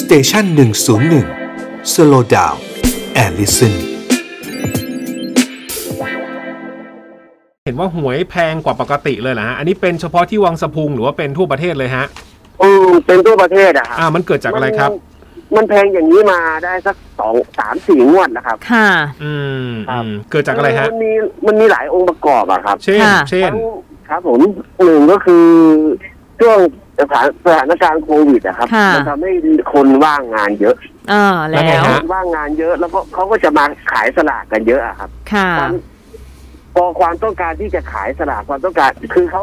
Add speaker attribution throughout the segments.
Speaker 1: สเตชันหนึ่งศูนย์หนึ่งสโลดาวแอลลิสัน
Speaker 2: เห็นว่าหวยแพงกว่าปกติเลยเหรอฮะ อันนี้เป็นเฉพาะที่วังสะพุงหรือว่าเป็นทั่วประเทศเลยฮะ
Speaker 3: อืมเป็นทั่วประเทศอะครับ
Speaker 2: อ่า มันเกิดจากอะไรครับ
Speaker 3: มันแพงอย่างนี้มาได้สักสองสามสี่งวดนะครับ
Speaker 4: ค่ะ
Speaker 2: อืม
Speaker 3: ครับ
Speaker 2: อืมเกิดจากอะไรฮะ
Speaker 3: มันมีมันมีหลายองค์ประกอบอะครับ
Speaker 2: เช่น
Speaker 4: ค่ะ
Speaker 2: เช่น
Speaker 3: ทั้งครับผมหนึ่งก็คือช่วงสถานสถานการณ์โควิดอะครับ
Speaker 4: ค่ะ
Speaker 3: มัทำให้คนว่างงานเยอะ
Speaker 4: เออ
Speaker 2: แล้วไง
Speaker 4: แล้ว
Speaker 2: ฮะ
Speaker 3: ว่างงานเยอะ แล้วก็เขาก็จะมาขายสลากกันเยอะอะครับ
Speaker 4: ค่ะ
Speaker 3: ความพอความต้องการที่จะขายสลากความต้องการ คือเขา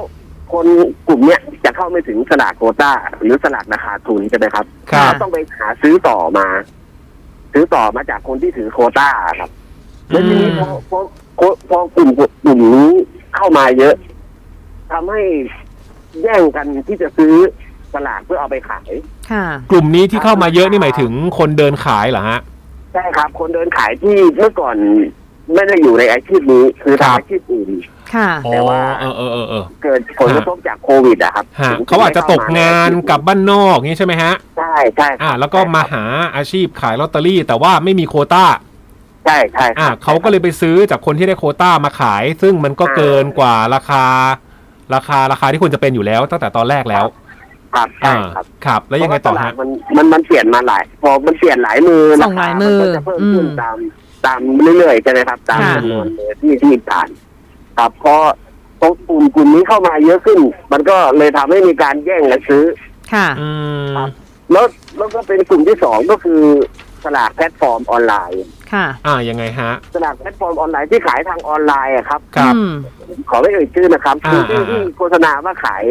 Speaker 3: คนกลุ่มเนี้ยจะเข้าไม่ถึงสลากโควต้า หรือสลากราคาทุนใช่ไหมครับ
Speaker 2: ครับ
Speaker 3: เขาต้องไปหาซื้อต่อมา ซื้อต่อมาจากคนที่ถือโควต้าครับแล้วทีนี้พอพอพอพอกลุ่มกลุ่มนี้เข้ามาเยอะทำให้แย่งกันที่จะซื้อสลากเพื่อเอาไปขาย
Speaker 4: ค่ะ
Speaker 2: กลุ่มนี้ที่เข้ามาเยอะนี่หมายถึงคนเดินขายเหรอฮะ
Speaker 3: ใช่ครับ คนเดินขายที่เมื่อก่อนไม่ได้อยู่ในอาชีพนี้คือ
Speaker 2: ครับ
Speaker 3: ทำอาชีพอื่น
Speaker 4: ค่ะ
Speaker 2: อ๋
Speaker 3: แต่ว่า
Speaker 2: อเออเออเออเออ
Speaker 3: เกิดผลกระทบจากโควิดอะครับ
Speaker 2: ฮะ
Speaker 3: ถึง
Speaker 2: เขาอาจจะตกงานกลับบ้านนอกนี่ใช่ไหมฮะ
Speaker 3: ใช่ใช่ครับ
Speaker 2: อ่า แล้วก็มาหาอาชีพขายลอตเตอรี่ แต่ว่าไม่มีโควต้า
Speaker 3: ใช่ใช่ค
Speaker 2: อ่า
Speaker 3: รับ
Speaker 2: เขาก็เลยไปซื้อจากคนที่ได้โควต้ามาขาย ซึ่งมันก็เกินกว่าราคา ราคาราคาที่ควรจะเป็นอยู่แล้วตั้งแต่ตอนแรกแล้ว
Speaker 3: ครับใช่
Speaker 2: อ่า
Speaker 3: ครับ
Speaker 2: ครับ แล้วยังไงต่อฮะ
Speaker 3: เพราว่าตลาดมันมันมันเปลี่ยนมาหลาย พอมันเปลี่ยนหลายมือ
Speaker 4: ส่งหลายมือ
Speaker 3: รคก็จะเพิ่มขึ้น
Speaker 4: อืม
Speaker 3: ตามตามเรื่อยๆใช่ไหมครับ ตาม
Speaker 4: ค่ะ
Speaker 3: จำนวนมือที่ที่ผ่านครับพอพอกลุ่มกลุ่มนี้เข้ามาเยอะขึ้น มันก็เลยทำให้มีการแย่งกันซื้อ
Speaker 4: ค่ะ
Speaker 2: อืม
Speaker 3: ครับ แล้วแล้วก็เป็นกลุ่มที่สองก็คือสลากแพลตฟอร์มออนไลน์
Speaker 4: ค่ะ
Speaker 2: อ่า ยังไงฮะ
Speaker 3: สลากแพลตฟอร์มออนไลน์ที่ขายทางออนไลน์อะครับ
Speaker 2: ครับ
Speaker 4: อืม
Speaker 3: ขอไม่เอ่ยชื่อนะครับ
Speaker 2: อ่า
Speaker 3: คือชื่อ
Speaker 2: อ่า
Speaker 3: ที่โฆษณาว่าขาย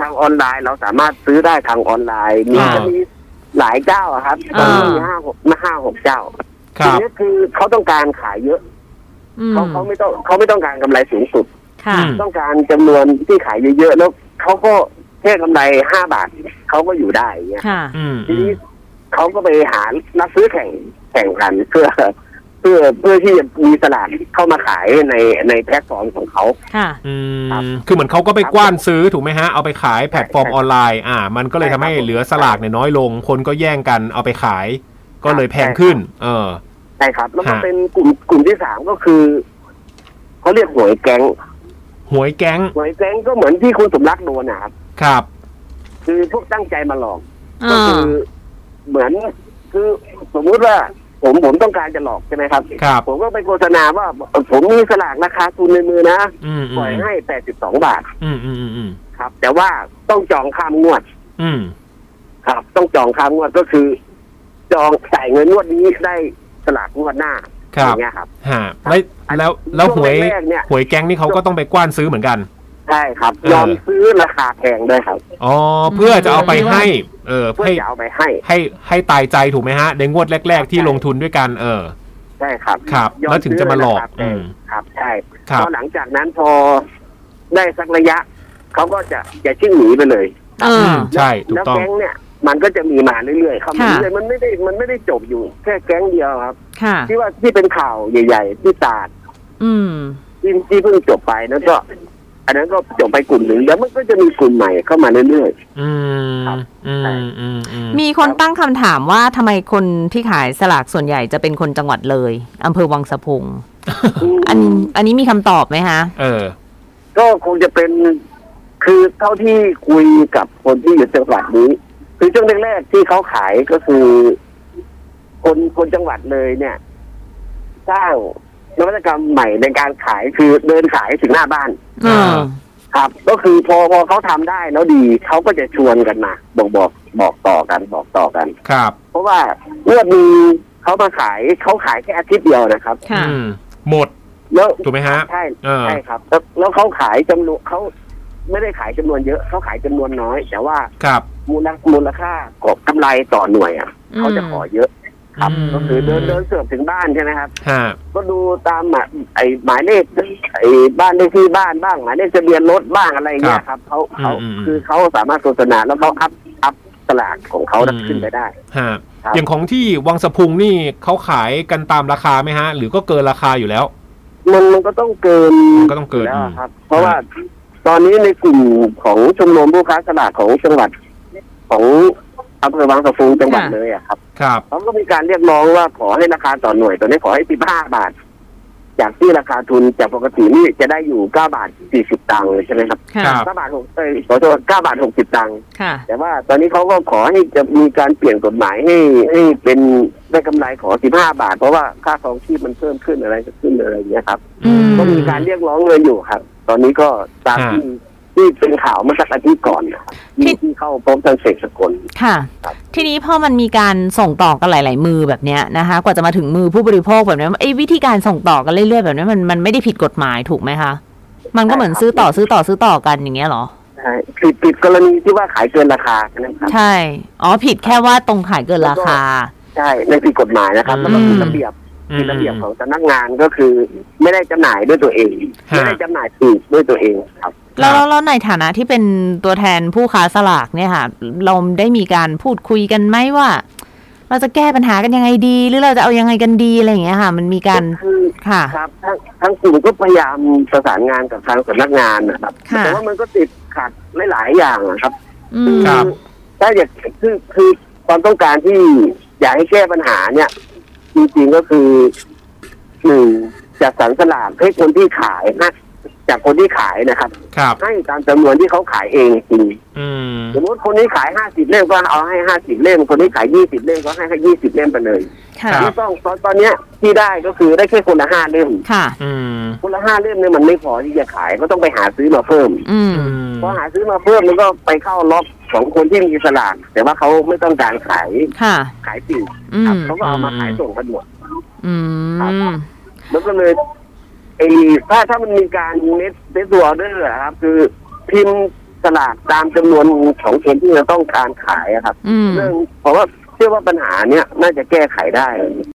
Speaker 3: ทางออนไลน์ เราสามารถซื้อได้ทางออนไลน์ มี
Speaker 2: อ่า
Speaker 3: จะมีหลายเจ้าอะครับ
Speaker 4: อ่า
Speaker 3: มีห้าหกมาห้าหกเจ้า
Speaker 2: ค
Speaker 3: ที
Speaker 2: รับ
Speaker 3: นี้คือเขาต้องการขายเยอะ
Speaker 4: อืม
Speaker 3: เขาเขาไม่ต้องเขาไม่ต้องการกำไรสูงสุด
Speaker 4: ค่ะ
Speaker 2: อืม
Speaker 3: ต้องการจำนวนที่ขายเยอะๆแล้วเขาก็แค่กำไรห้าบาทเขาก็อยู่ได้อย่างเงี้ย
Speaker 4: ค่ะ
Speaker 2: อืม
Speaker 3: ทีนี้เขาก็ไปหารับซื้อแข่งแข่งกันเพื่อ เพื่อเพื่อที่จะมีสลากเข้ามาขายในในแพลตฟอร์มของเขา
Speaker 4: ค่ะ
Speaker 2: อืม
Speaker 3: ครับ
Speaker 2: คือเหมือนเขาก็ไปกว้านซื้อถูกไหมฮะ เอาไปขายแพลตฟอร์มออนไลน์ อ่า มันก็เลยทำให้เหลือสลากเนี่ยน้อยลง คนก็แย่งกันเอาไปขาย ก็เลยแพงขึ้น เออ
Speaker 3: ใช่ครับ แล้วก็
Speaker 2: ฮะ
Speaker 3: เป็นกลุ่มกลุ่มที่สามก็คือเขาเรียกหวยแก๊ง
Speaker 2: หวยแก๊ง
Speaker 3: หวยแก๊งก็เหมือนที่คุณสมรักโดนนะครับ
Speaker 2: ครับ
Speaker 3: คือพวกตั้งใจมาหลอก
Speaker 4: อ่า
Speaker 3: ก็คือเหมือน คือสมมุติว่า ผมผมต้องการจะหลอกใช่ไหมครับ
Speaker 2: ครับ
Speaker 3: ผมก็ไปโฆษณาว่า ผมมีสลากราคาทุนในมือนะ
Speaker 2: อืม
Speaker 3: ป
Speaker 2: อื
Speaker 3: ล่อย
Speaker 2: ม
Speaker 3: ให้แปดสิบสองบาท
Speaker 2: อืมอืมอืมอืม
Speaker 3: ครับ แต่ว่าต้องจองข้ามงวด
Speaker 2: อืม
Speaker 3: ครับ ต้องจองข้ามงวดก็คือ จองจ่ายเงินงวดนี้ได้สลากงวดหน้า
Speaker 2: ค
Speaker 3: อ
Speaker 2: รับ
Speaker 3: ย่างเงี้ยครับ
Speaker 2: ฮะแล้วแล้วแล้วหวย
Speaker 3: ช่วงแรกๆเนี่ย
Speaker 2: หวยแก๊งนี่เขาก็ต้องไปกว้านซื้อเหมือนกัน
Speaker 3: ใช่ครับ
Speaker 2: เออ
Speaker 3: ยอมซื้อราคาแพงด้วยครับ
Speaker 2: อ๋อเพื่อจะเอาไปให้ เออ
Speaker 3: เพื่อ
Speaker 2: ให้
Speaker 3: จะเอาไปให้
Speaker 2: ให้ให้ตายใจถูกไหมฮะในงวดแรก ๆ ที่ลงทุนด้วยกัน เออ
Speaker 3: ใช่ครับ
Speaker 2: ครับ
Speaker 3: ยอ
Speaker 2: แล้วถึงจะมาหลอก
Speaker 3: ซื้
Speaker 2: อื
Speaker 3: เลย
Speaker 2: ม
Speaker 3: นะครับครับใช่
Speaker 2: ครับ
Speaker 3: พอหลังจากนั้นพอได้สักระยะ เขาก็จะจะชิ่งหนีไปเลย
Speaker 4: เออ
Speaker 2: ใช่ถู
Speaker 3: แล้
Speaker 2: ก
Speaker 3: ว
Speaker 2: ต้อง
Speaker 3: แก๊งเนี่ย มันก็จะมีมาเรื่อยๆเข้ามา
Speaker 4: ค่ะ
Speaker 3: เรื่อยๆมันไม่ได้มันไม่ได้จบอยู่ แค่แก๊งเดียวครับ
Speaker 4: ค่ะ
Speaker 3: ที่ว่าที่เป็นข่าวใหญ่ ๆ ที่ตราด
Speaker 4: อืม
Speaker 3: ที่ที่เพิ่งจบไปนั่นก็ อันนั้นก็จบไปกลุ่มหนึ่งแล้วมันก็จะมีกลุ่มใหม่เข้ามาเรื่อย
Speaker 2: อืม
Speaker 3: ครับ
Speaker 2: อืม
Speaker 3: ใช่
Speaker 2: อืมอืม
Speaker 4: มีคนตั้งคำถามว่าทำไมคนที่ขายสลากส่วนใหญ่จะเป็นคนจังหวัดเลยอำเภอวังสะพุง
Speaker 3: ๆ
Speaker 4: อันอันนี้มีคำตอบไหมคะ
Speaker 2: เออ
Speaker 3: ก็คงจะเป็นคือเท่าที่คุยกับคนที่อยู่จังหวัดนี้ คือช่วงแรกๆที่เขาขายก็คือ คนคนจังหวัดเลยเนี่ย สร้างนวัตกรรมใหม่ในการขายคือเดินขายถึงหน้าบ้าน
Speaker 4: เออ
Speaker 3: ครับ ก็คือพอพอเขาทำได้แล้วดีเขาก็จะชวนกันมาบอกบอกบอกต่อกันบอกต่อกัน
Speaker 2: ครับ
Speaker 3: เพราะว่าเมื่อมีเขามาขายเขาขายแค่อาทิตย์เดียวนะครับ
Speaker 4: ค่ะ
Speaker 2: อืมหมด
Speaker 3: แล้ว
Speaker 2: ถูกไหมฮะ
Speaker 3: ใช่
Speaker 2: เออ
Speaker 3: ใช่ครับแล้วแล้วเขาขายจำนวนเขาไม่ได้ขายจำนวนเยอะเขาขายจำนวนน้อย แต่ว่า
Speaker 2: ครับ
Speaker 3: มูลมูลค่ากับกำไรต่อหน่วยอ่ะ
Speaker 4: อืม
Speaker 3: เขาจะขอเยอะครับ
Speaker 2: อืม
Speaker 3: ก็คือเดินเดินเสิร์ฟถึงบ้านใช่ไหมครับ
Speaker 2: ฮะ
Speaker 3: ก็ดูตามหมายไอหมายเลขไอบ้านเลขที่บ้านบ้างหมายเลขทะเบียนรถบ้างอะไรเงี้ยครับเขาเขาคือเขาสามารถโฆษณาแล้วเขาอัพอัพสลากของเขาขึ้นไปได้
Speaker 2: ฮะ
Speaker 3: ครับ
Speaker 2: อย่างของที่วังสะพุงนี่เขาขายกันตามราคาไหมฮะ หรือก็เกินราคาอยู่แล้ว
Speaker 3: มันมันก็ต้องเกิน
Speaker 2: มันก็ต้องเกิน
Speaker 3: แล้ว
Speaker 2: อืม
Speaker 3: ครับ เพราะว่าตอนนี้ในกลุ่มของชมรมผู้ค้าสลากของจังหวัดของ อำเภอบางสะฟูจังหวัดเลยอะครับ
Speaker 2: ครับ
Speaker 3: เขาก็มีการเรียกร้องว่าขอให้ราคาต่อหน่วยตอนนี้ขอให้ 15 บาท จากที่ราคาทุนจากปกตินี่จะได้อยู่ 9 บาท 40 ตังค์เลยใช่ไหมครับ
Speaker 4: ค่ะ
Speaker 2: ครับ
Speaker 3: 9บาทหกเอ้ยขอโทษ9บาท 60 ตังค์
Speaker 4: ค่ะ
Speaker 3: แต่ว่าตอนนี้เขาก็ขอให้จะมีการเปลี่ยนกฎหมายให้ให้เป็นได้กำไรขอ 15 บาท เพราะว่าค่าครองชีพมันเพิ่มขึ้นอะไรขึ้นอะไรอย่างเงี้ยครับ
Speaker 4: อืม
Speaker 3: ก็มีการเรียกร้องเลยอยู่ครับ ตอนนี้ก็ตาม
Speaker 2: ฮะ
Speaker 3: ที่ที่เป็นข่าวเมื่อสักอาทิตย์ก่อนนะครับที่ที่เข้าพบทางเสกสกล
Speaker 4: ค่ะ
Speaker 3: ครับ
Speaker 4: ทีนี้พอมันมีการส่งต่อกันหลาย ๆ มือแบบเนี้ยนะคะ กว่าจะมาถึงมือผู้บริโภคแบบเนี้ยไอ้วิธีการส่งต่อกันเรื่อย ๆ แบบเนี้ยมันมันไม่ได้ผิดกฎหมายถูกไหมคะ มันก็เหมือนซื้อต่อซื้อต่อซื้อต่อกันอย่างเงี้ยเหรอ
Speaker 3: ใช่ผิดผิดกรณีที่ว่าขายเกินราคานะครับ
Speaker 4: ใช่ อ๋อผิดแค่ว่าตรงขายเกินราคา
Speaker 3: ใช่ในผิดกฎหมายนะครับแล้วก็ผิดระเบียบ
Speaker 2: อื
Speaker 3: ผิ
Speaker 2: ม
Speaker 3: ดระเบียบของสำนักงานก็คือ ไม่ได้จำหน่ายด้วยตัวเอง
Speaker 2: ฮะ
Speaker 3: ไม่ได้จำหน่ายปลีกด้วยตัวเองครับ
Speaker 4: แล้วแล้วแล้วในฐานะที่เป็นตัวแทนผู้ค้าสลากเนี่ยค่ะ เราได้มีการพูดคุยกันไหมว่า เราจะแก้ปัญหากันยังไงดี หรือเราจะเอายังไงกันดีอะไรอย่างเงี้ยค่ะ มันมีการ
Speaker 3: คือ
Speaker 4: ค่ะ
Speaker 3: ครับทั้งทั้งกลุ่มก็พยายามประสานงานกับทางสำนักงานนะครับ
Speaker 4: ค่ะ
Speaker 3: แต่ว่ามันก็ติดขัดหลายๆอย่างนะครับ
Speaker 4: อืม
Speaker 2: ครับ
Speaker 3: ถ้าอยากคือคือความต้องการที่อยากให้แก้ปัญหาเนี่ยจริงๆก็คือหนึ่งจัดสรรสลากให้คนที่ขายนะจากคนที่ขายนะครับ
Speaker 2: ครับ
Speaker 3: ให้ตามจำนวนที่เขาขายเองจริง
Speaker 2: อืม
Speaker 3: สมมติคนนี้ขายห้าสิบเล่มก็เอาให้ห้าสิบเล่มคนนี้ขายยี่สิบเล่มก็ให้ให้ยี่สิบเล่มไปเลย
Speaker 4: ค่ะ
Speaker 2: รับ
Speaker 3: ที่ต้องตอนตอนเนี้ยที่ได้ก็คือได้แค่คนละห้าเล่ม
Speaker 4: ค่ะ
Speaker 2: อืม
Speaker 3: คนละห้าเล่มเนี่ยมันไม่พอที่จะขายก็ต้องไปหาซื้อมาเพิ่ม
Speaker 4: อืม
Speaker 2: อืม
Speaker 3: พอหาซื้อมาเพิ่มมันก็ไปเข้าล็อกของคนที่มีสลากแต่ว่าเขาไม่ต้องการขาย
Speaker 4: ค่ะ
Speaker 3: ขายปลีก
Speaker 4: อื
Speaker 3: ครับ
Speaker 4: ม
Speaker 3: เขาก็เอามาขายส่งกันหมด
Speaker 4: อืม
Speaker 3: มันก็เลยไอ้ถ้าถ้ามันมีการเน็ตเน็ตตัวออเดอร์อะครับ คือพิมพ์สลากตามจำนวนของคนที่เราต้องการขายอะครับ
Speaker 4: อืม
Speaker 3: เรื่องเพราะว่าเชื่อว่าปัญหาเนี้ยน่าจะแก้ไขได้